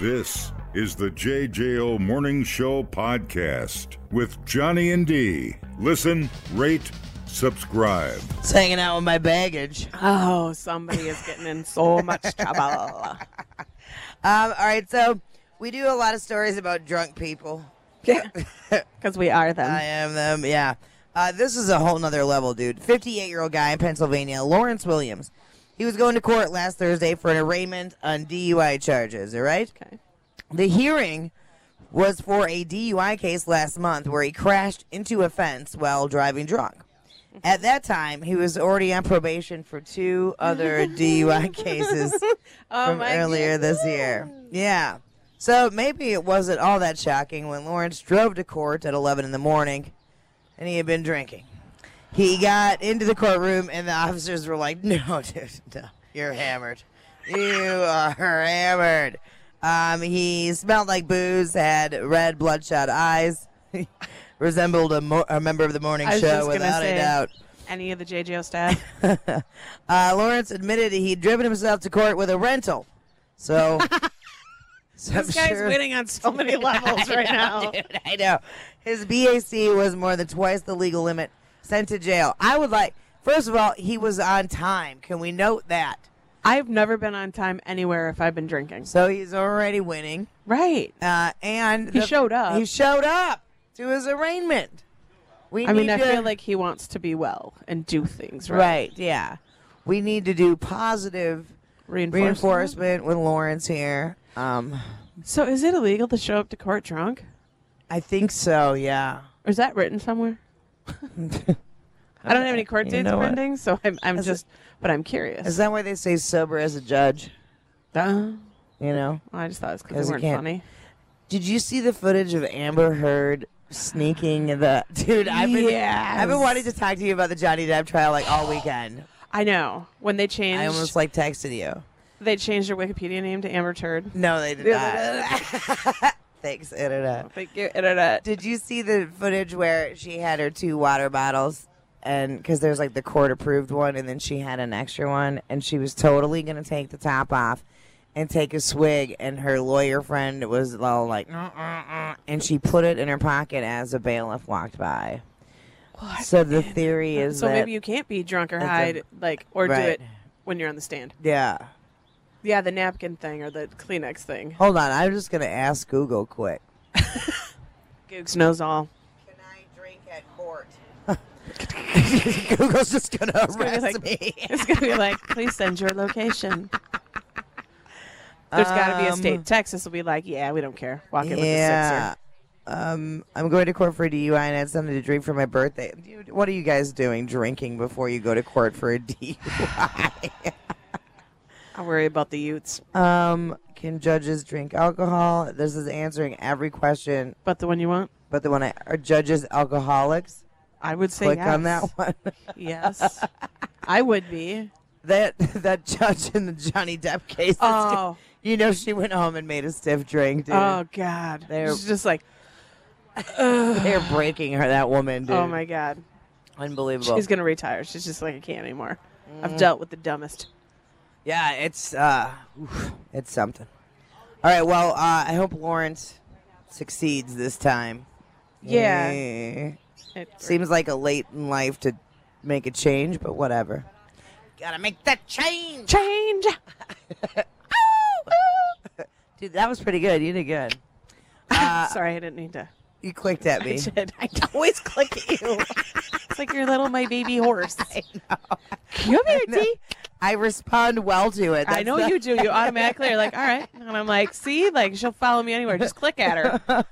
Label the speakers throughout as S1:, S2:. S1: This is the JJO Morning Show podcast with Johnny and D. Listen, rate, subscribe.
S2: It's hanging out with my baggage.
S3: Oh, somebody is getting in so much
S2: Um,
S3: trouble.
S2: all right, so we do a lot of stories about drunk people.
S3: Because we are them.
S2: I am them, yeah. Uh, this is a whole nother level, dude. 58 year old guy in Pennsylvania, Lawrence Williams. He was going to court last Thursday for an arraignment on DUI charges, all right?
S3: okay.
S2: The hearing was for a DUI case last month where he crashed into a fence while driving drunk. At that time, he was already on probation for two other DUI cases
S3: Oh,
S2: from
S3: my
S2: earlier this year. Yeah. So maybe it wasn't all that shocking when Lawrence drove to court at 11 in the morning and he had been drinking. He got into the courtroom and the officers were like, no, dude, no, you're hammered. You are hammered. Um, he smelled like booze, had red bloodshot eyes, resembled a, mo- a member of the morning
S3: I was just
S2: show
S3: gonna
S2: without
S3: say.
S2: a doubt.
S3: Any of the JJO staff?
S2: Uh, Lawrence admitted he'd driven himself to court with a rental. So, so I'm
S3: this guy's
S2: sure-
S3: winning on so many levels right now.
S2: Dude, I know. His BAC was more than twice the legal limit. Sent to jail. I would like. First of all, he was on time. Can we note that?
S3: I've never been on time anywhere if I've been drinking.
S2: So he's already winning.
S3: Right.
S2: Uh, and
S3: He showed up.
S2: He showed up to his arraignment. We
S3: I mean,
S2: need
S3: I
S2: to-
S3: feel like he wants to be well and do things right.
S2: right. Yeah, we need to do positive
S3: Reinforcement.
S2: reinforcement with Lawrence here. Um,
S3: So is it illegal to show up to court drunk?
S2: I think so. Yeah.
S3: Or is that written somewhere? I don't have any court
S2: You
S3: dates
S2: know what?
S3: pending, so I'm, I'm
S2: Is it-
S3: just, but I'm curious.
S2: Is that why they say sober as a judge?
S3: Uh,
S2: You know.
S3: I just thought it was because
S2: Because
S3: they
S2: you
S3: weren't
S2: can't-
S3: funny.
S2: Did you see the footage of Amber Heard sneaking the dude? I've been I've been
S3: Yes.
S2: wanting to talk to you about the Johnny Depp trial like all weekend.
S3: I know. When they changed,
S2: I almost like texted you.
S3: they changed their Wikipedia name to Amber Turd.
S2: No, they did not. Thanks, internet.
S3: Thank you, internet.
S2: Did you see the footage where she had her two water bottles? And because there's like the court approved one, and then she had an extra one, and she was totally going to take the top off and take a swig. And her lawyer friend was all like, "Mm-mm-mm," and she put it in her pocket as a bailiff walked by. So the theory is
S3: so
S2: that,
S3: maybe you can't be drunk or
S2: That's a-
S3: hide, like, or do
S2: Right.
S3: it when you're on the stand.
S2: yeah.
S3: Yeah, the napkin thing or the Kleenex thing.
S2: Hold on, I'm just going to ask Google quick.
S3: Googs knows all.
S2: Can I drink at court? Google's just going to
S3: gonna be
S2: arrest
S3: like-
S2: me.
S3: It's gonna be like, please send your location. There's got to be a
S2: Um,
S3: state. Texas will be like, yeah, we don't care. Walk in
S2: Yeah. Um, I'm going to court for a DUI and I had something to drink for my birthday. Dude, what are you guys doing drinking before you go to court for a DUI?
S3: with a sixer. I worry about the Utes,
S2: um, can judges drink alcohol? This is answering every question,
S3: but the one you want,
S2: but the one I are judges alcoholics?
S3: I would say
S2: Click
S3: yes.
S2: on that one.
S3: Yes, I would be.
S2: that that judge in the Johnny Depp case.
S3: Oh.
S2: You know she went home and made a stiff drink, dude.
S3: Oh God,
S2: They're-
S3: it's just like,
S2: They're breaking her that woman, dude.
S3: oh my God,
S2: Unbelievable.
S3: she's gonna retire. She's just like, I can't anymore. I've dealt with the dumbest.
S2: Yeah, it's uh, oof, it's something. All right, well, uh, I hope Lawrence succeeds this time.
S3: Yeah.
S2: Eh,
S3: It,
S2: seems like a late in life to make a change, but whatever. Gotta make that change,
S3: change.
S2: dude. That was pretty good. You did good. Uh,
S3: Sorry, I didn't need to.
S2: you clicked at
S3: I
S2: me.
S3: did. I always click at you. it's like your little my baby horse. I know. Come here, T.
S2: I respond well to it.
S3: I know you do. You automatically are like, all right. And I'm like, see, like she'll follow me anywhere. Just click at her.
S2: you.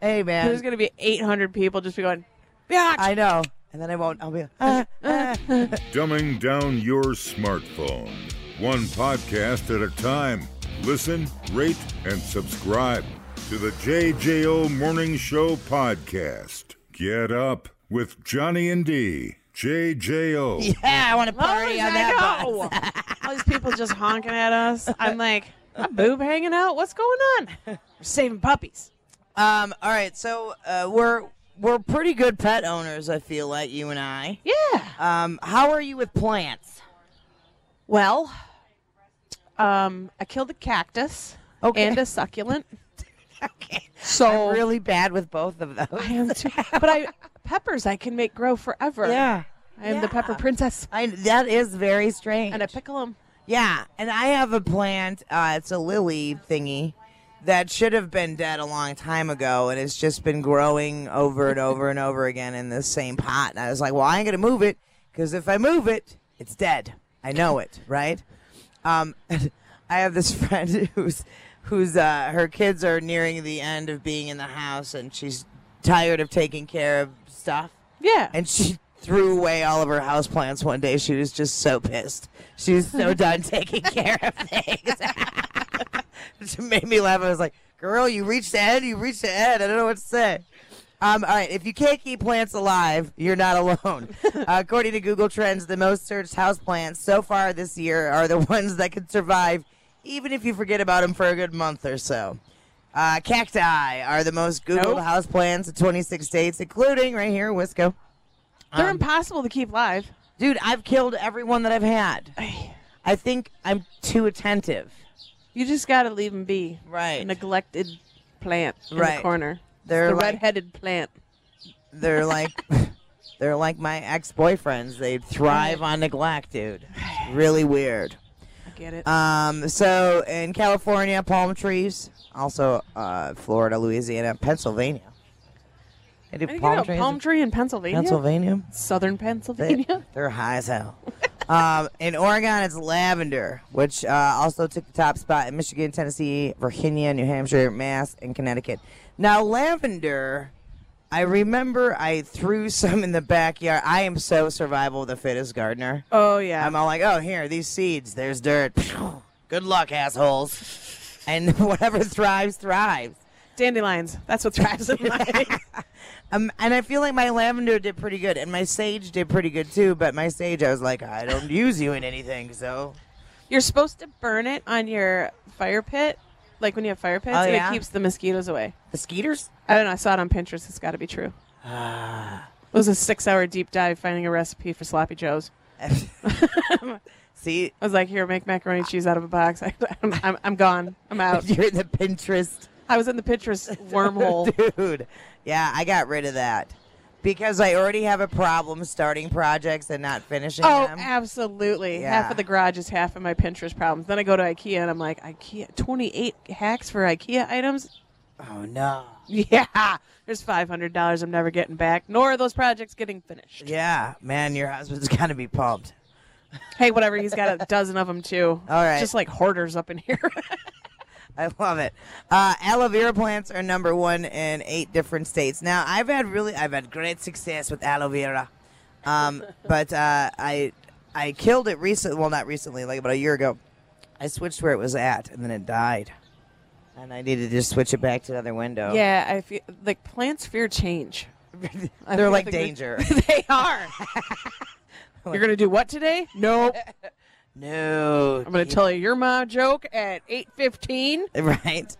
S2: hey
S3: There's
S2: man,
S3: gonna be 800 people just be going, yeah.
S2: I know. And then I won't. I'll be. Like, ah, ah.
S1: Dumbing down your smartphone. One podcast at a time. Listen, rate, and subscribe to the JJO Morning Show podcast. Get up with Johnny and D. JJO.
S2: yeah, I want to party on that.
S3: I know. oh. All these people just honking at us. I'm like, my boob hanging out. What's going on? We're saving puppies.
S2: Um. All right. So uh, we're we're pretty good pet owners. I feel like you and I.
S3: Yeah.
S2: Um. How are you with plants?
S3: Well, um, I killed a cactus.
S2: Okay.
S3: and a succulent.
S2: Okay.
S3: So
S2: I'm really bad with both of
S3: I
S2: those.
S3: am too. But I peppers I can make grow forever. I am the pepper
S2: Yeah.
S3: princess,
S2: I, that is very strange.
S3: and I pickle them.
S2: Yeah, and I have a plant. Uh, it's a lily thingy that should have been dead a long time ago, and it's just been growing over and over and over again in this same pot. And I was like, "Well, I ain't gonna move it because if I move it, it's dead. I know it, right?" Um, I have this friend who's who's uh, her kids are nearing the end of being in the house, and she's tired of taking care of stuff
S3: Yeah,
S2: and she threw away all of her houseplants one day. She was just so pissed. She was so done taking care of things. it made me laugh. I was like, girl, you reached the end. You reached the end. I don't know what to say. Um, all right, if you can't keep plants alive, you're not alone. uh, according to Google Trends, the most searched houseplants so far this year are the ones that can survive even if you forget about them for a good month or so. Uh, cacti are the most Googled
S3: Nope.
S2: houseplants in 26 states, including right here in Wisco.
S3: they're
S2: um,
S3: impossible to keep live.
S2: Dude, I've killed everyone that I've had. I think I'm too attentive.
S3: You just gotta leave them be.
S2: Right.
S3: A neglected plant in
S2: Right.
S3: the corner.
S2: They're
S3: the
S2: like-
S3: red-headed plant.
S2: They're like they're like my ex-boyfriends. They thrive on neglect, dude. It's really weird.
S3: I get it.
S2: Um, so in California, palm trees. Also, uh, Florida, Louisiana, Pennsylvania. They do
S3: I think
S2: palm
S3: a
S2: trees.
S3: palm
S2: in
S3: tree in Pennsylvania.
S2: Pennsylvania.
S3: Southern
S2: They,
S3: Pennsylvania.
S2: they're high as hell. um, in Oregon, it's lavender, which uh, also took the top spot in Michigan, Tennessee, Virginia, New Hampshire, Mass, and Connecticut. Now, lavender, I remember I threw some in the backyard. I am so survival of the fittest gardener.
S3: Oh yeah.
S2: I'm all like, oh, here, these seeds, there's dirt. Good luck, assholes. And whatever thrives, thrives.
S3: Dandelions. That's what thrives in life.
S2: Um, and I feel like my lavender did pretty good, and my sage did pretty good too. But my sage, I was like, I don't use you in anything, so
S3: You're supposed to burn it on your fire pit, like when you have fire pits,
S2: Oh,
S3: and
S2: yeah?
S3: it keeps the mosquitoes away.
S2: mosquitoes.
S3: I don't know. I saw it on Pinterest. It's got to be true.
S2: Ah.
S3: it was a six-hour deep dive finding a recipe for sloppy joes.
S2: See,
S3: I was like, "Here, make macaroni and cheese out of a box." I, am I'm, I'm gone. I'm out.
S2: you're in the Pinterest
S3: I was in the Pinterest wormhole.
S2: dude. Yeah, I got rid of that because I already have a problem starting projects and not finishing
S3: Oh,
S2: them.
S3: absolutely.
S2: Yeah.
S3: Half of the garage is half of my Pinterest problems. Then I go to IKEA and I'm like, IKEA, 28 hacks for IKEA items?
S2: oh no.
S3: Yeah. There's $500 I'm never getting back, nor are those projects getting finished.
S2: Yeah, man, your husband's gotta be pumped.
S3: Hey, whatever. He's got a dozen of them too.
S2: All right.
S3: Just like hoarders up in here.
S2: I love it. Uh, aloe vera plants are number one in eight different states. Now, I've had really, I've had great success with aloe vera, um, but uh, I, I killed it recently. Well, not recently, like about a year ago. I switched where it was at, and then it died, and I needed to just switch it back to another window.
S3: yeah. I feel like plants fear change.
S2: Oh.
S3: I
S2: they're
S3: feel
S2: like
S3: they-
S2: danger.
S3: they are. You're going to do what today? No.
S2: no,
S3: I'm going to tell you your mom joke at 8.15.
S2: right?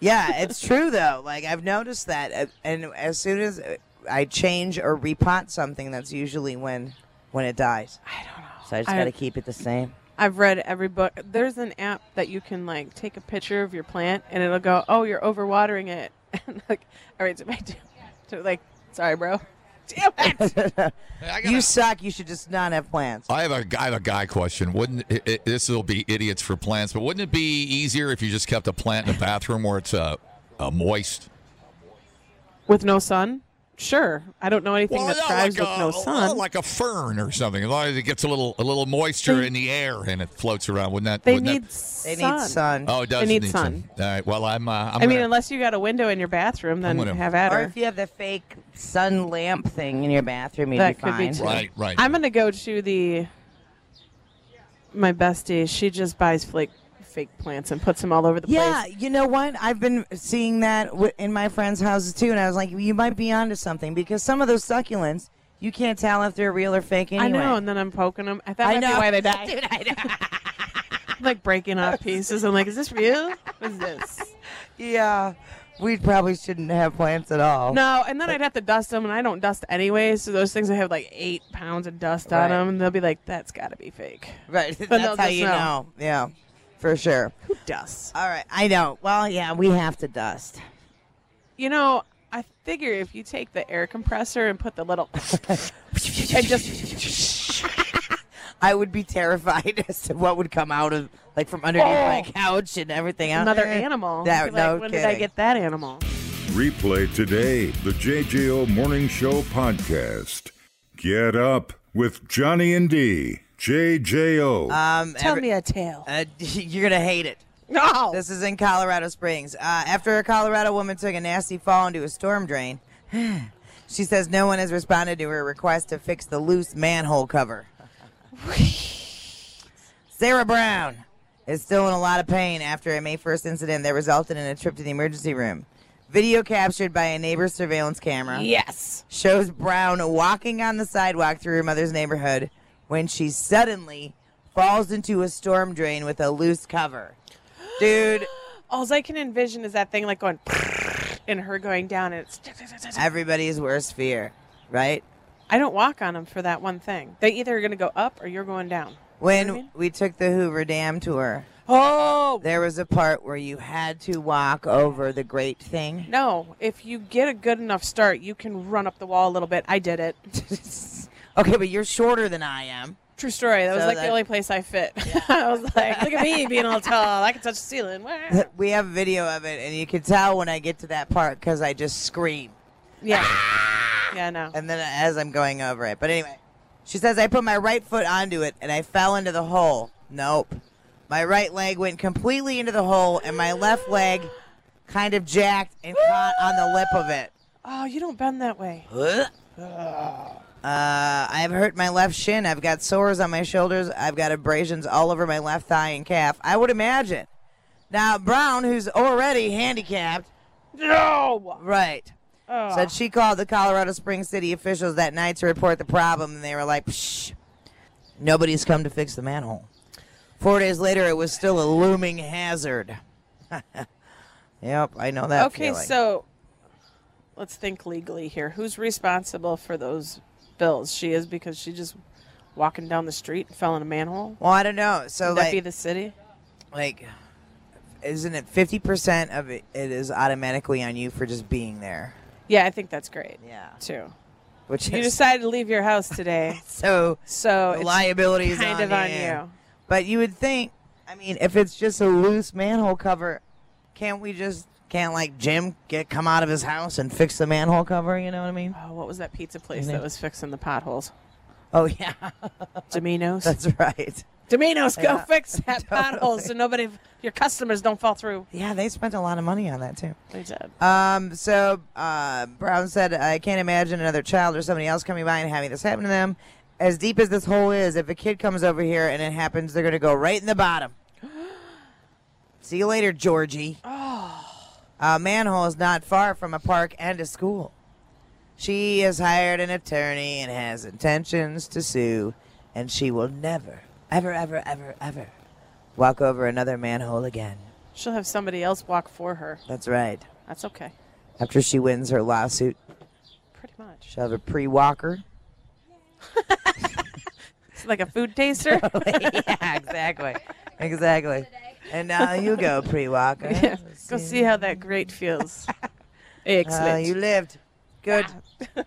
S2: Yeah, it's true though. Like I've noticed that, uh, and as soon as uh, I change or repot something, that's usually when when it dies.
S3: I don't know.
S2: So I just
S3: I-
S2: got to keep it the same.
S3: I've read every book. There's an app that you can like take a picture of your plant and it'll go, "Oh, you're overwatering it." And like, all right, so I do, so like, sorry, bro. Damn it!
S4: I, got
S2: You
S4: a-
S2: suck. You should just not have plants.
S4: I have a I have a guy question. Wouldn't it, it, this will be idiots for plants? But wouldn't it be easier if you just kept a plant in a bathroom where it's uh, uh, moist?
S3: With no sun, sure. I don't know anything that
S4: no,
S3: thrives with no sun.
S4: like a fern or something. As long as it gets a little a little moisture in the air and it floats around, wouldn't that?
S3: they
S4: wouldn't
S3: need
S4: That,
S2: They
S3: sun.
S2: need sun.
S4: oh, it does
S3: they need sun.
S4: All right. Well, I'm. Uh, I'm
S3: I mean,
S4: gonna-
S3: unless you got a window in your bathroom, then
S4: gonna-
S3: have at
S2: Or
S3: her.
S2: if you have the fake sun lamp thing in your bathroom, you'd
S3: That
S2: be
S3: could be
S2: fine.
S3: too.
S4: right, right.
S3: I'm gonna go to the my bestie. She just buys flake fake plants and puts them all over the place.
S2: Yeah, you know what? I've been seeing that w- in my friends' houses too, and I was like, you might be onto something because some of those succulents, you can't tell if they're real or fake anyway.
S3: I know, and then I'm poking them. I thought
S2: I
S3: that'd be
S2: know.
S3: why they die.
S2: Dude, I know.
S3: I'm, like breaking off pieces. I'm like, is this real? What is this?
S2: yeah, we probably shouldn't have plants at all.
S3: No, and then I'd have to dust them, and I don't dust anyway. So those things I have like eight pounds of dust on
S2: Right.
S3: them, and they'll be like, that's got to be fake.
S2: Right.
S3: they'll
S2: That's how
S3: just
S2: you
S3: know.
S2: know. Yeah, for sure.
S3: dust.
S2: All right. I know. Well, yeah, we have to dust.
S3: You know, I figure if you take the air compressor and put the little and just
S2: I would be terrified as to what would come out of like from underneath my couch and everything out
S3: Oh. another
S2: there.
S3: animal,
S2: That
S3: You'd be like,
S2: no
S3: when
S2: kidding.
S3: did I get that animal?
S1: Replay today the JJO Morning Show podcast. Get up with Johnny and D. JJO.
S2: um,
S3: Tell
S2: every-
S3: me a tale.
S2: uh, you're gonna hate it.
S3: No.
S2: This is in Colorado Springs. Uh, after a Colorado woman took a nasty fall into a storm drain, she says no one has responded to her request to fix the loose manhole cover. Sarah Brown is still in a lot of pain after a May 1st incident that resulted in a trip to the emergency room. Video captured by a neighbor's surveillance camera
S3: yes.
S2: shows Brown walking on the sidewalk through her mother's neighborhood when she suddenly falls into a storm drain with a loose cover. Dude,
S3: All I can envision is that thing like going and her going down and it's
S2: everybody's worst fear, right?
S3: I don't walk on them for that one thing. They either are going to go up or you're going down.
S2: When we took the Hoover Dam tour,
S3: Oh.
S2: there was a part where you had to walk over the great thing.
S3: No, if you get a good enough start, you can run up the wall a little bit. I did it.
S2: Okay, but you're shorter than I am.
S3: True story. That was
S2: So
S3: like
S2: that-
S3: the only place I fit. I was like, look at me being all tall. I can touch the ceiling. Wow.
S2: We have video of it, and you can tell when I get to that part because I just scream.
S3: Yeah. Yeah, no.
S2: and then as I'm going over it. But anyway, she says I put my right foot onto it and I fell into the hole. Nope. My right leg went completely into the hole and my left leg kind of jacked and caught on the lip of it.
S3: Oh, you don't bend that way.
S2: Uh, I've hurt my left shin. I've got sores on my shoulders. I've got abrasions all over my left thigh and calf. I would imagine. Now, Brown, who's already handicapped,
S3: No.
S2: right,
S3: Oh.
S2: Said she called the Colorado Springs city officials that night to report the problem, and they were like, Psh, nobody's come to fix the manhole. Four days later, it was still a looming hazard. yep, I know that.
S3: okay,
S2: feeling.
S3: so let's think legally here. Who's responsible for those bills? She is because she just walking down the street and fell in a manhole.
S2: well, I don't know. So
S3: Would that
S2: like,
S3: be the city?
S2: like, isn't it fifty percent of it, it is automatically on you for just being there?
S3: Yeah, I think that's great.
S2: Yeah,
S3: Too.
S2: which
S3: You
S2: is
S3: decided to leave your house today,
S2: so
S3: so
S2: the
S3: it's
S2: liability is
S3: kind
S2: on
S3: of on
S2: you.
S3: you.
S2: But you would think, I mean, if it's just a loose manhole cover, can't we just can't like Jim get come out of his house and fix the manhole cover? You know what I mean?
S3: Oh, what was that pizza place that was fixing the potholes?
S2: Oh yeah,
S3: Domino's.
S2: that's right.
S3: Domino's, go
S2: Yeah.
S3: fix that
S2: Totally.
S3: pothole so nobody, your customers don't fall through.
S2: Yeah, they spent a lot of money on that too.
S3: They did.
S2: Um, so uh, Brown said, I can't imagine another child or somebody else coming by and having this happen to them. As deep as this hole is, if a kid comes over here and it happens, they're gonna go right in the bottom. See you later, Georgie. A manhole is not far from a park and a school. She has hired an attorney and has intentions to sue, and she will never, ever, ever, ever, ever walk over another manhole again.
S3: She'll have somebody else walk for her.
S2: That's right.
S3: That's okay.
S2: After she wins her lawsuit,
S3: Pretty much.
S2: She'll have a pre walker.
S3: It's like a food taster.
S2: yeah, exactly. Exactly. And now you go, pre walker.
S3: Yeah. Go see how that grate feels.
S2: Uh,
S3: Excellent.
S2: you lived. Good.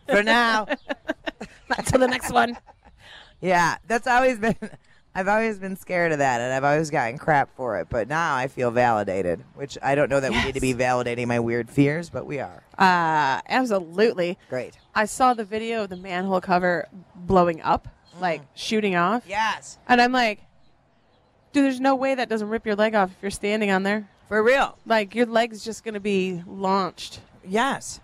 S2: For now.
S3: to the next one.
S2: Yeah, that's always been. I've always been scared of that, and I've always gotten crap for it. But now I feel validated, which I don't know that we need to be validating my weird fears, but we are.
S3: Uh, absolutely.
S2: Great.
S3: I saw the video of the manhole cover blowing up,
S2: Mm.
S3: like shooting off.
S2: Yes,
S3: And I'm like, dude, there's no way that doesn't rip your leg off if you're standing on there.
S2: for real.
S3: Like, your leg's just going to be launched
S2: Yes,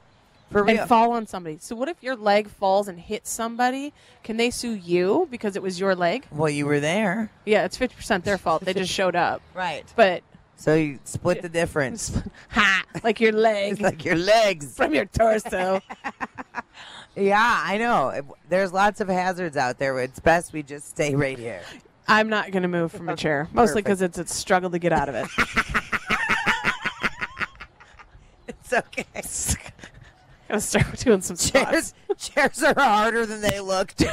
S2: for real.
S3: and fall on somebody. So, what if your leg falls and hits somebody? Can they sue you because it was your leg?
S2: well, you were there,
S3: Yeah, it's 50% their fault. They just showed up.
S2: right?
S3: But,
S2: So you split the difference.
S3: ha, like your
S2: It's
S3: leg
S2: like your legs.
S3: from your torso.
S2: Yeah, I know. It- There's lots of hazards out there. It's best we just stay right here.
S3: I'm not going to move from a chair, mostly because it's a struggle to get out of it.
S2: It's okay.
S3: I'm going to start doing some squats.
S2: Chairs, chairs are harder than they look, dude.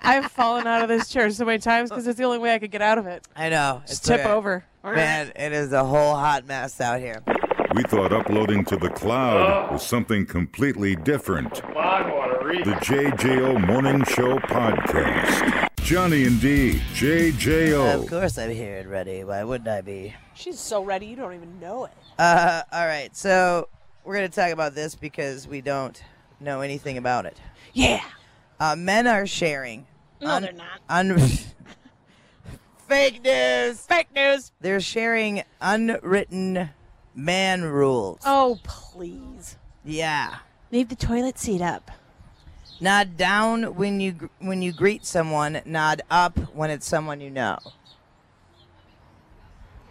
S3: I've fallen out of this chair so many times because it's the only way I could get out of it.
S2: I know.
S3: Just
S2: it's
S3: tip
S2: a-
S3: over.
S2: Man, it is a whole hot mess out here.
S1: We thought uploading to the cloud was something completely different.
S5: I want to read.
S1: The JJO Morning Show Podcast. Johnny and Dee,
S2: Of
S1: JJO.
S2: course I'm here and ready. Why wouldn't I be?
S3: She's so ready, you don't even know it.
S2: Uh, all right. So we're going to talk about this because we don't know anything about it.
S3: Yeah.
S2: Uh, men are sharing.
S3: No,
S2: un-
S3: they're not.
S2: un- Fake news.
S3: Fake news.
S2: They're sharing unwritten man rules.
S3: Oh, please.
S2: Yeah.
S3: Leave the toilet seat up.
S2: Nod down when you gr- when you greet someone. Nod up when it's someone you know.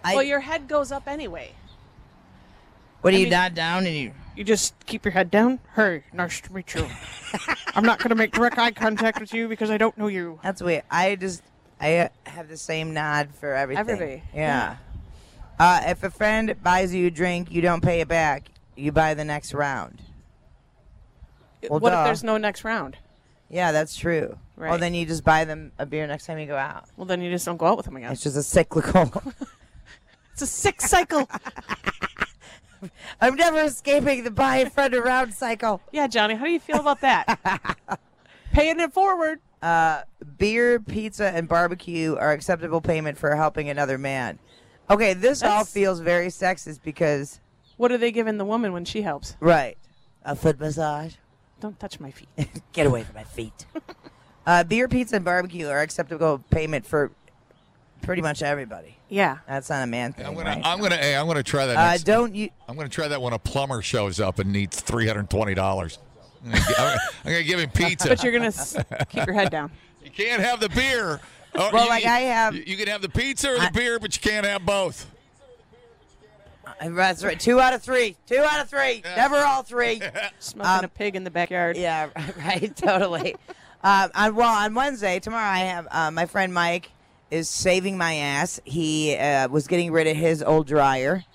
S2: I,
S3: well, your head goes up anyway.
S2: what do
S3: I
S2: you
S3: mean-
S2: nod down and you?
S3: You just keep your head down. Hey, nice to meet you. I'm not going to make direct eye contact with you because I don't know you.
S2: That's weird. I just I uh, have the same nod for everything.
S3: Everybody,
S2: Yeah. Uh, if a friend buys you a drink, you don't pay it back. You buy the next round. Well,
S3: what
S2: duh.
S3: if there's no next round?
S2: Yeah, that's true. Well,
S3: Right.
S2: then you just buy them a beer next time you go out.
S3: Well, then you just don't go out with them again.
S2: It's just a cyclical.
S3: It's a sick cycle.
S2: I'm never escaping the buy a friend around cycle.
S3: yeah, Johnny, how do you feel about that? Paying it forward.
S2: Beer, pizza, and barbecue are acceptable payment for helping another man. Okay, this all
S3: That's-
S2: feels very sexist because
S3: What are they giving the woman when she helps?
S2: right, a foot massage.
S3: Don't touch my feet.
S2: Get away from my feet. uh, beer, pizza, and barbecue are acceptable payment for pretty much everybody.
S3: Yeah.
S2: That's not a man thing,
S4: I'm gonna,
S2: right?
S4: I'm gonna, hey, I'm gonna try that.
S2: uh,
S4: next-
S2: don't you?
S4: I'm gonna try that when a plumber shows up and needs three hundred twenty dollars. I'm gonna gi- I'm gonna give him pizza.
S3: But you're going to keep your head down.
S4: you can't have the beer. Or
S2: Well,
S4: you-
S2: like I have-
S4: You, you can have the pizza or the beer, but you can't have both.
S2: Uh, That's right. Two out of three. Two out of three. Never all three.
S3: Smoking a pig in the backyard.
S2: Um, Yeah, right. Totally. um, on, well, on Wednesday tomorrow, I have uh, my friend Mike is saving my ass. He uh, was getting rid of his old dryer,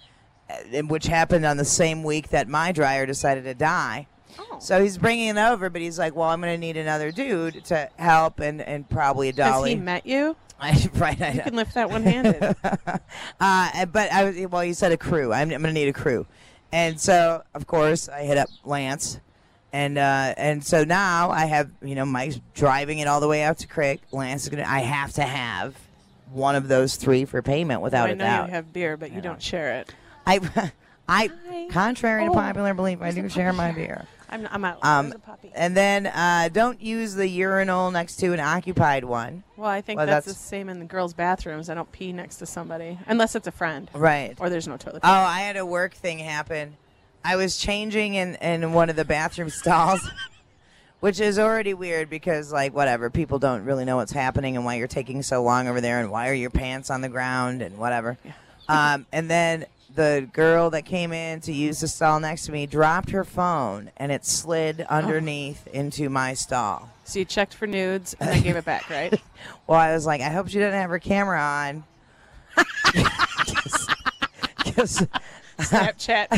S2: uh, and- which happened on the same week that my dryer decided to die.
S3: Oh.
S2: So he's bringing it over, but he's like, "Well, I'm going to need another dude to help, and, and probably a
S3: Has he
S2: dolly."
S3: met you?
S2: I, right, I
S3: You
S2: know.
S3: can lift that one handed.
S2: Uh, and- but I was, well, you said a crew. I'm, I'm gonna need a crew, and so of course I hit up Lance, and uh, and so now I have you know Mike's driving it all the way out to Crick. Lance is gonna. I have to have one of those three for payment without
S3: I
S2: a
S3: know
S2: doubt.
S3: you have beer, but you don't share it.
S2: I, I,
S3: Hi.
S2: contrary
S3: Oh,
S2: to popular belief, I do share my beer.
S3: I'm, I'm out.
S2: Um,
S3: There's a puppy.
S2: and then uh, don't use the urinal next to an occupied one.
S3: Well, I think
S2: Well,
S3: that's,
S2: that's-
S3: the same in the girls' bathrooms. I don't pee next to somebody unless it's a friend,
S2: Right.
S3: or there's no toilet.
S2: Oh, I had a work thing happen. I was changing in, in one of the bathroom stalls, which is already weird because, like, whatever, people don't really know what's happening and why you're taking so long over there and why are your pants on the ground and whatever. Um, and then the girl that came in to use the stall next to me dropped her phone and it slid underneath into my stall.
S3: so you checked for nudes and then gave it back, right?
S2: Well, I was like, I hope she didn't have her camera on. 'Cause- 'cause
S3: Snapchat.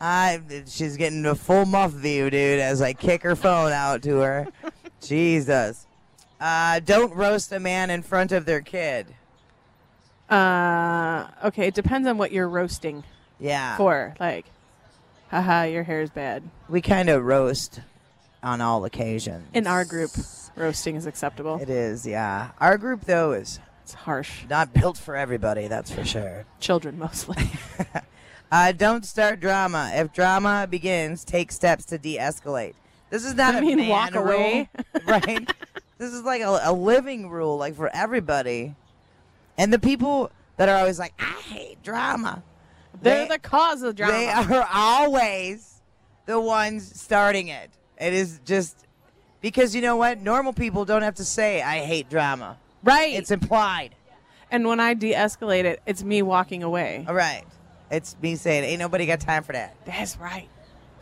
S2: I she's getting a full muff view, dude, as I kick her phone out to her. Jesus. Uh, don't roast a man in front of their kid.
S3: uh, okay, it depends on what you're roasting
S2: Yeah.
S3: for. Like, haha, your hair is bad.
S2: We kind of roast on all occasions.
S3: In our group, roasting is acceptable.
S2: It is, yeah. Our group though is
S3: It's harsh.
S2: not built for everybody, that's for sure.
S3: Children mostly.
S2: Uh, don't start drama. If drama begins, take steps to de-escalate. This is not
S3: I
S2: a
S3: mean,
S2: man
S3: walk
S2: rule,
S3: away.
S2: right? this is like a, a living rule, like for everybody. And the people that are always like, "I hate drama,"
S3: They're
S2: They-
S3: the cause of drama.
S2: they are always the ones starting it. It is just because you know what? Normal people don't have to say, "I hate drama."
S3: right.
S2: It's implied.
S3: and when I de-escalate it, it's me walking away.
S2: All right. It's me saying, "Ain't nobody got time for that."
S3: That's right.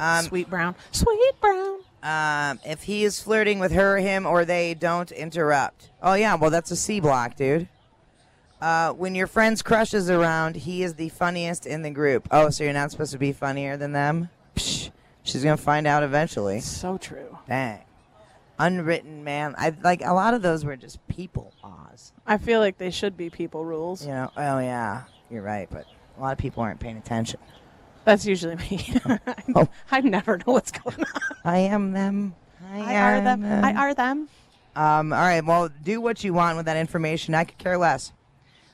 S2: Um,
S3: Sweet brown. Sweet brown.
S2: Um, if he is flirting with her, him, or they, don't interrupt. Oh yeah, well that's a C block, dude. Uh, when your friend's crush is around, he is the funniest in the group. Oh, so you're not supposed to be funnier than them? Psh, she's gonna find out eventually.
S3: So true.
S2: Dang. unwritten, man. I like a lot of those were just people laws.
S3: I feel like they should be people rules.
S2: You know? Oh yeah, you're right. But a lot of people aren't paying attention.
S3: That's usually me.
S2: Oh.
S3: I never know what's going on.
S2: I am them.
S3: I are them. I are them.
S2: Um, all right. Well, do what you want with that information. I could care less.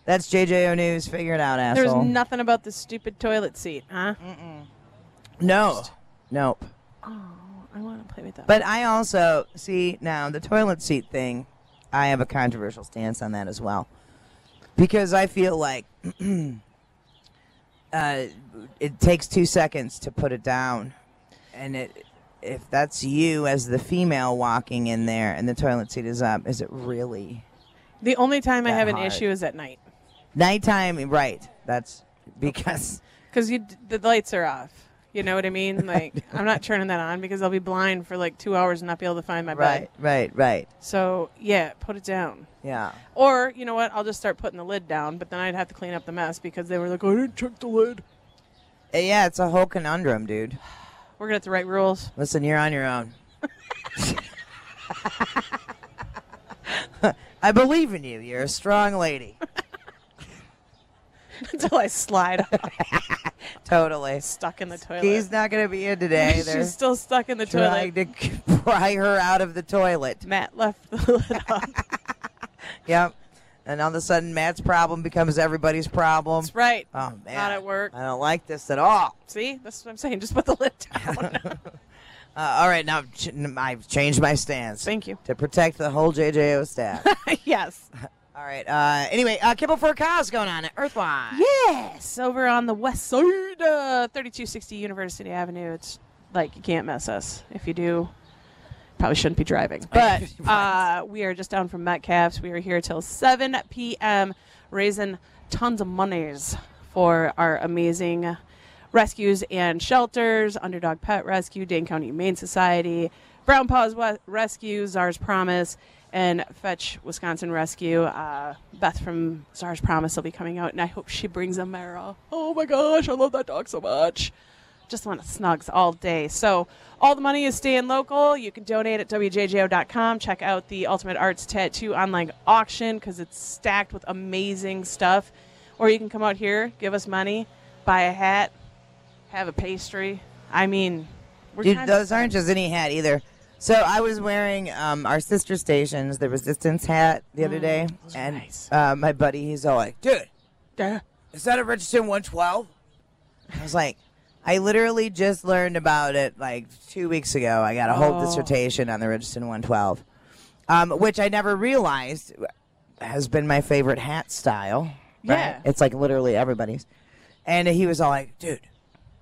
S2: That's JJO News. Figure it out,
S3: There's
S2: asshole.
S3: nothing about this stupid toilet seat, huh?
S2: Mm. no. Nope.
S3: I want to play with that.
S2: But I also see now the toilet seat thing. I have a controversial stance on that as well, because I feel like uh, it takes two seconds to put it down, and it if that's you as the female walking in there and the toilet seat is up, is it really
S3: the only time I
S2: that
S3: have an
S2: hard.
S3: issue is at night
S2: nighttime? Right. That's because
S3: because you d- the lights are off. You know what I mean? Like I'm not turning that on because I'll be blind for like two hours and not be able to find my bed.
S2: right, right, right.
S3: So yeah, put it down.
S2: Yeah.
S3: Or you know what? I'll just start putting the lid down, but then I'd have to clean up the mess because they were like, "Oh, "I didn't check the lid."
S2: Uh, Yeah, it's a whole conundrum, dude.
S3: We're gonna have to write rules.
S2: Listen, you're on your own. I believe in you. You're a strong lady.
S3: until I slide up,
S2: Totally.
S3: stuck in the toilet.
S2: He's not going to be in today. They're
S3: She's still stuck in the
S2: trying
S3: toilet.
S2: to pry her out of the toilet.
S3: Matt left the lid up.
S2: Yep. And all of a sudden, Matt's problem becomes everybody's problem.
S3: That's right.
S2: Oh, man.
S3: Not at work.
S2: I don't like this at all.
S3: See, that's what I'm saying. Just put the lid down.
S2: Uh, all right, now I've ch- I've changed my stance.
S3: Thank you.
S2: To protect the whole JJO staff.
S3: yes.
S2: all right. Uh, anyway, uh, Kibble for a Cause going on at Earthwise.
S3: Yes. Over on the west side, uh, 3260 University Avenue. It's like you can't miss us. If you do, probably shouldn't be driving. But uh, we are just down from Metcalf's. We are here till 7 p.m. raising tons of monies for our amazing rescues and shelters, Underdog Pet Rescue, Dane County Humane Society, Brown Paws Wes- Rescue, Czar's Promise, and Fetch Wisconsin Rescue. Uh, Beth from Czar's Promise will be coming out, and I hope she brings a Mara. Oh my gosh, I love that dog so much. Just want to snugs all day. So all the money is staying local. You can donate at wjjo.com. Check out the Ultimate Arts Tattoo online auction because it's stacked with amazing stuff. Or you can come out here, give us money, buy a hat, have a pastry. I mean, we're
S2: Dude,
S3: kinda-
S2: those aren't just any hat either. So I was wearing um, our sister station's the Resistance hat the other day, and
S3: nice.
S2: uh, my buddy he's all like, "Dude,
S3: Duh.
S2: is that a Richardson 112?" I was like, "I literally just learned about it like two weeks ago. I got a whole
S3: Oh.
S2: dissertation on the Richardson 112, um, which I never realized has been my favorite hat style. right?
S3: Yeah.
S2: it's like literally everybody's." And he was all like, "Dude,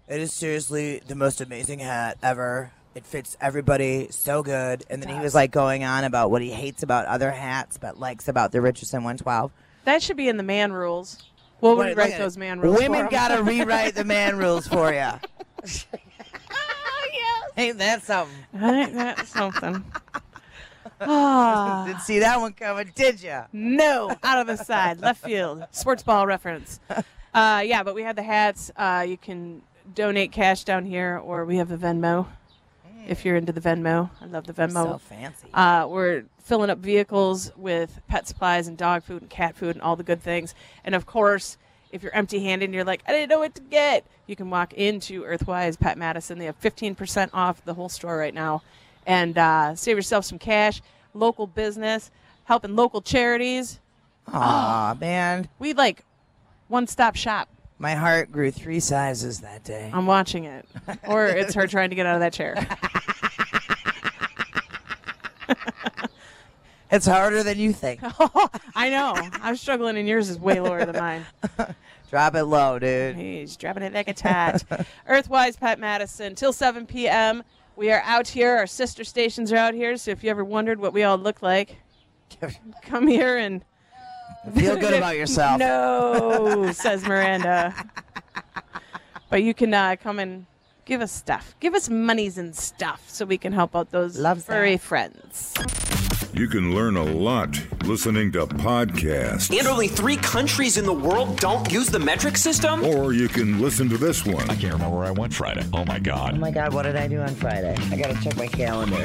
S2: it is seriously the most amazing hat ever. It fits everybody so good. And then he was like going on about what he hates about other hats, but likes about the Richardson 112.
S3: That should be in the man rules. We'll
S2: Wait, look
S3: rewrite
S2: at
S3: those
S2: it.
S3: man rules.
S2: Women
S3: for 'em.
S2: gotta rewrite the man rules for you. Ain't that something?
S3: Ain't that something. Ah.
S2: Didn't see that one coming, did ya?
S3: No, out of the side, left field, sports ball reference. Uh, yeah, but we have the hats. Uh, you can donate cash down here, or we have a Venmo. If you're into the Venmo, I love the
S2: So
S3: Venmo.
S2: fancy.
S3: Uh, we're filling up vehicles with pet supplies and dog food and cat food and all the good things. And of course, if you're empty handed and you're like, I didn't know what to get, you can walk into Earthwise Pat Madison. They have 15% off the whole store right now. And uh, save yourself some cash, local business, helping local charities.
S2: Aw, man.
S3: We like one stop shop.
S2: My heart grew three sizes that day.
S3: I'm watching it. Or it's her trying to get out of that chair.
S2: It's harder than you think.
S3: I know. I'm struggling, and yours is way lower than mine.
S2: Drop it low, dude.
S3: He's dropping it like a tat. Earthwise Pat Madison till 7 p.m. We are out here. Our sister stations are out here. So if you ever wondered what we all look like, come here and
S2: Feel good about yourself.
S3: no, says Miranda. But you can uh, come and give us stuff. Give us monies and stuff so we can help out those
S2: Love that.
S3: furry friends.
S1: You can learn a lot listening to podcasts,
S5: And only three countries in the world don't use the metric system?
S1: or you can listen to this one.
S4: I can't remember where I went Friday. Oh my God.
S2: Oh my God, what did I do on Friday? I gotta check my calendar.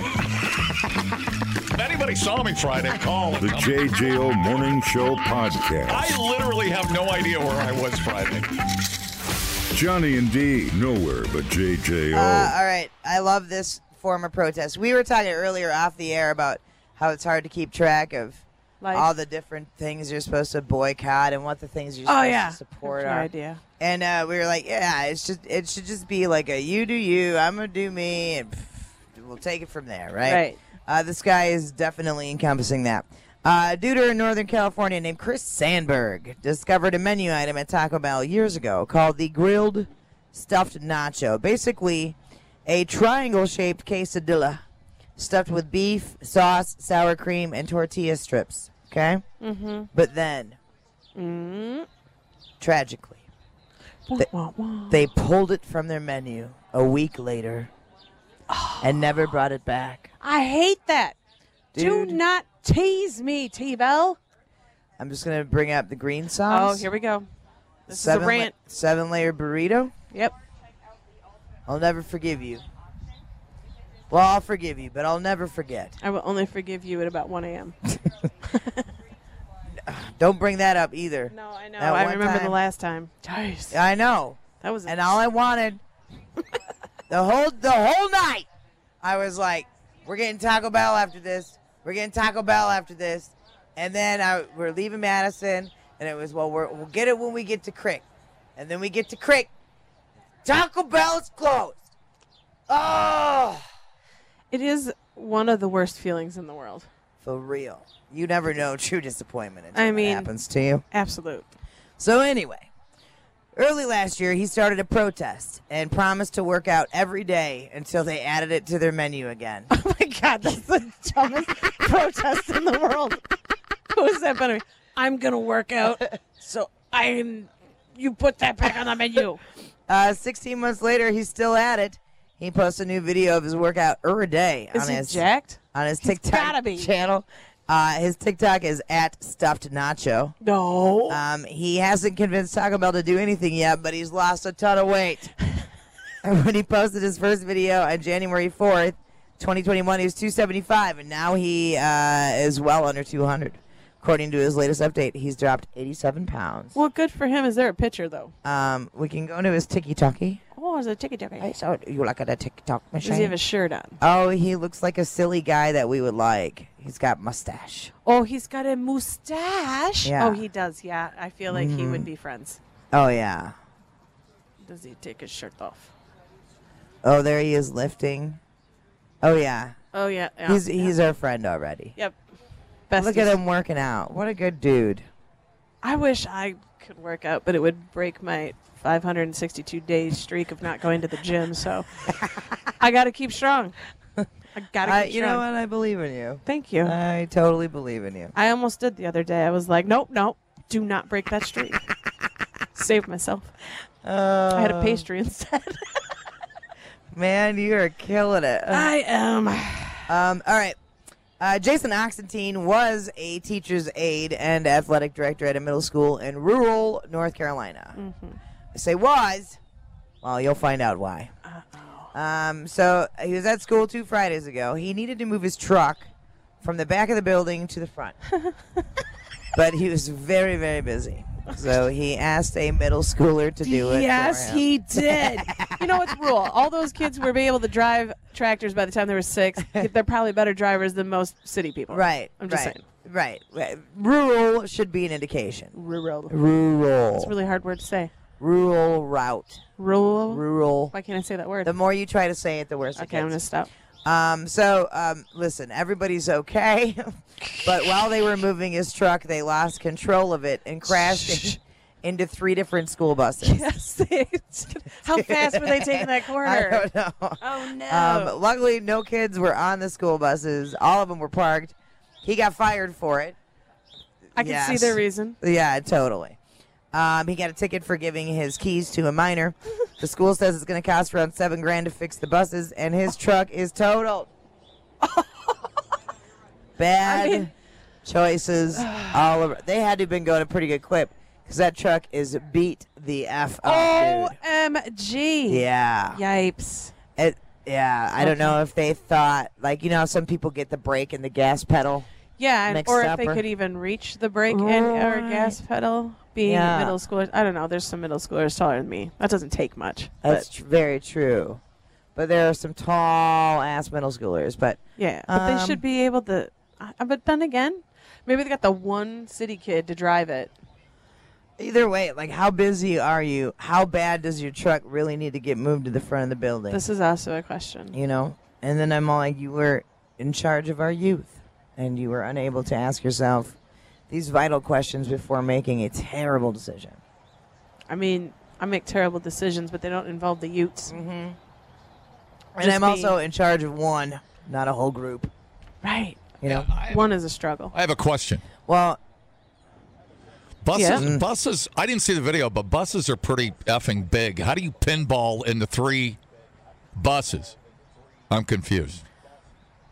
S6: anybody saw me Friday, call.
S1: The JJO Morning Show
S6: I
S1: podcast.
S6: literally have no idea where I was Friday.
S1: Johnny and D, nowhere but JJO.
S2: Uh, all right. I love this form of protest. We were talking earlier off the air about how it's hard to keep track of
S3: Like,
S2: all the different things you're supposed to boycott and what the things you're
S3: oh
S2: supposed
S3: yeah,
S2: to support
S3: no
S2: are.
S3: idea.
S2: And uh, we were like, yeah, it should it should just be like a you do you, I'm gonna do me, and pff, we'll take it from there, right?
S3: Right.
S2: Uh, this guy is definitely encompassing that. Uh, a duder in Northern California named Chris Sandberg discovered a menu item at Taco Bell years ago called the grilled stuffed nacho. Basically, a triangle-shaped quesadilla stuffed with beef, sauce, sour cream, and tortilla strips. Okay. Mm-hmm. But then, tragically,
S3: Wah, wah.
S2: they pulled it from their menu a week later and never brought it back.
S3: I hate that.
S2: Dude.
S3: Do not tease me, T Bell.
S2: I'm just gonna bring up the green
S3: Oh,
S2: sauce.
S3: here we go. This
S2: seven
S3: is a
S2: la-
S3: rant.
S2: seven layer burrito.
S3: yep.
S2: I'll never forgive you. Well, I'll forgive you, but I'll never forget.
S3: I will only forgive you at about 1 a.m.
S2: Don't bring that up either.
S3: No, I know.
S2: That
S3: Oh, I
S2: one
S3: remember the
S2: time-
S3: last time. Jeez.
S2: I know.
S3: That was
S2: And all I wanted the whole the whole night, I was like, "We're getting Taco Bell after this. We're getting Taco Bell after this." And then I, we're leaving Madison, and it was, "Well, we're, we'll get it when we get to Crick," and then we get to Crick. Taco Bell's closed. Oh,
S3: It is one of the worst feelings in the world.
S2: for real. You never know true disappointment until
S3: I
S2: it
S3: mean-
S2: happens to you.
S3: Absolute.
S2: So anyway, early last year he started a protest and promised to work out every day until they added it to their menu again.
S3: Oh my God, that's the dumbest protest in the world. Who is that better? I'm gonna work out. So I'm. You put that back on the menu.
S2: Uh, 16 months later, he's still at it. He posts a new video of his workout every day
S3: Is
S2: on
S3: he
S2: his
S3: jacked?
S2: on his TikTok
S3: gotta be.
S2: channel. Uh, his TikTok is at stuffed nacho.
S3: No.
S2: Um, he hasn't convinced Taco Bell to do anything yet, but he's lost a ton of weight. and when he posted his first video on January 4th, 2021, he was 275, and now he uh, is well under 200. According to his latest update, he's dropped 87 pounds.
S3: well, good for him. Is there a picture though?
S2: Um, we can go to his tiki-talkie.
S3: Oh, there's a ticket ticket.
S2: Hey, so you like a TikTok machine?
S3: Does he have a shirt on?
S2: oh, he looks like a silly guy that we would like. He's got mustache.
S3: Oh, he's got a mustache.
S2: Yeah.
S3: Oh, he does. Yeah, Mm. I feel like he would be friends.
S2: Oh yeah.
S3: Does he take his shirt off?
S2: Oh, there he is lifting. Oh yeah.
S3: Oh yeah. yeah
S2: He's
S3: yeah.
S2: he's our friend already.
S3: Yep. Best
S2: Look at him working out. What a good dude.
S3: I wish I could work out, but it would break my 562 day streak of not going to the gym. So I got to keep strong. I got to
S2: I,
S3: keep
S2: Uh, you
S3: strong.
S2: know what? Uh, I believe in you.
S3: Thank you.
S2: I totally believe in you.
S3: I almost did the other day. I was like, nope, nope, do not break that streak. Saved myself.
S2: Uh,
S3: I had a pastry instead.
S2: Man, you are killing it.
S3: I am.
S2: Um, all right. Uh, Jason Oxentine was a teacher's aide and athletic director at a middle school in rural North Carolina.
S3: Mm-hmm.
S2: I say was. Well, you'll find out why. Um, so he was at school two Fridays ago. He needed to move his truck from the back of the building to the front. but he was very, very busy. So he asked a middle schooler to do it.
S3: Yes,
S2: for him.
S3: he did. you know what's rule? All those kids were able to drive tractors by the time they were six. They're probably better drivers than most city people.
S2: Right.
S3: I'm just
S2: right,
S3: saying.
S2: Right. right. Rural should be an indication.
S3: Rural.
S2: Rural.
S3: It's a really hard word to say.
S2: rural route.
S3: Rural.
S2: Rural.
S3: Why can't I say that word?
S2: The more you try to say it, the worse
S3: okay,
S2: it
S3: I'm gonna
S2: gets.
S3: stop.
S2: Um, so, um, listen, everybody's okay, but while they were moving his truck, they lost control of it and crashed in- into three different school buses.
S3: Yes. How fast were they taking that
S2: I
S3: corner?
S2: don't know.
S3: Oh no.
S2: Um, luckily, no kids were on the school buses. All of them were parked. He got fired for it.
S3: I can see
S2: yes.
S3: their reason.
S2: Yeah, totally. Um, he got a ticket for giving his keys to a minor. The school says it's going to cost around seven grand to fix the buses, and his truck is totaled. Bad
S3: I mean-
S2: choices all over. They had to have been going a pretty good clip because that truck is
S3: Oh!
S2: beat the f up, dude.
S3: OMG.
S2: Yeah,
S3: Yipes.
S2: It, Yeah, I don't know if they thought like you know how some people get the brake and the gas pedal.
S3: Yeah, and,
S2: Mixed
S3: or if
S2: up
S3: they
S2: or-
S3: could even reach the brake and or gas pedal. Being
S2: Yeah.
S3: middle schoolers, I don't know. There's some middle schoolers taller than me. That doesn't take much.
S2: That's tr- very true. But there are some tall ass middle schoolers. But
S3: but yeah, but they
S2: Um,
S3: should be able to. I- I- But then again, maybe they got the one city kid to drive it.
S2: either way, like how busy are you? How bad does your truck really need to get moved to the front of the building?
S3: This is also a question.
S2: you know. And then I'm all like, you were in charge of our youth, and you were unable to ask yourself these vital questions before making a terrible decision.
S3: I mean, I make terrible decisions, but they don't involve the Utes.
S2: Mm-hmm. And
S3: Just
S2: I'm also in charge of one, not a whole group.
S3: Right.
S2: You know.
S4: I have,
S3: One is a struggle.
S4: I have a question.
S2: Well,
S4: Buses,
S3: Yeah.
S4: buses. I didn't see the video, but buses are pretty effing big. How do you pinball in the three buses? I'm confused.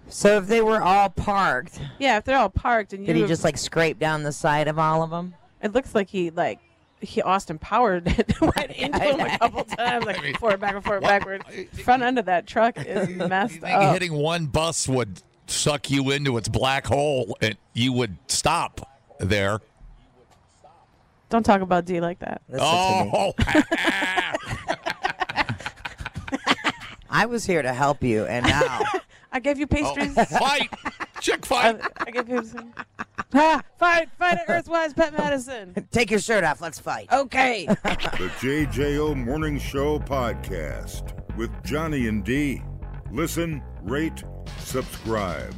S2: so if they were all parked,
S3: Yeah, if they're all parked and you
S2: did he just like scrape down the side of all of them?
S3: It looks like he like he Austin powered it went into him a couple times, like forward, backward, forward, backward. Front end of that truck is
S4: You
S3: messed
S4: think
S2: Oh.
S3: up.
S4: hitting one bus would suck you into its black hole and you would stop there?
S3: Don't talk about D like that.
S2: Listen to me.
S4: Oh,
S2: I was here to help you, and now
S3: I gave you pastries.
S4: Oh, fight! Chick fight!
S3: I, I gave you some. Ah, fight, fight at Earthwise Pet Madison.
S2: take your shirt off. Let's fight.
S3: Okay.
S1: The JJO Morning Show podcast with Johnny and D. Listen, rate, subscribe.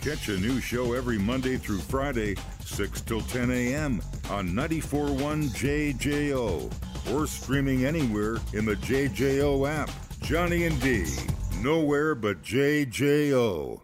S1: Catch a new show every Monday through Friday, 6 till 10 a.m. on 941 JJO or streaming anywhere in the JJO app. Johnny and D. Nowhere but JJO.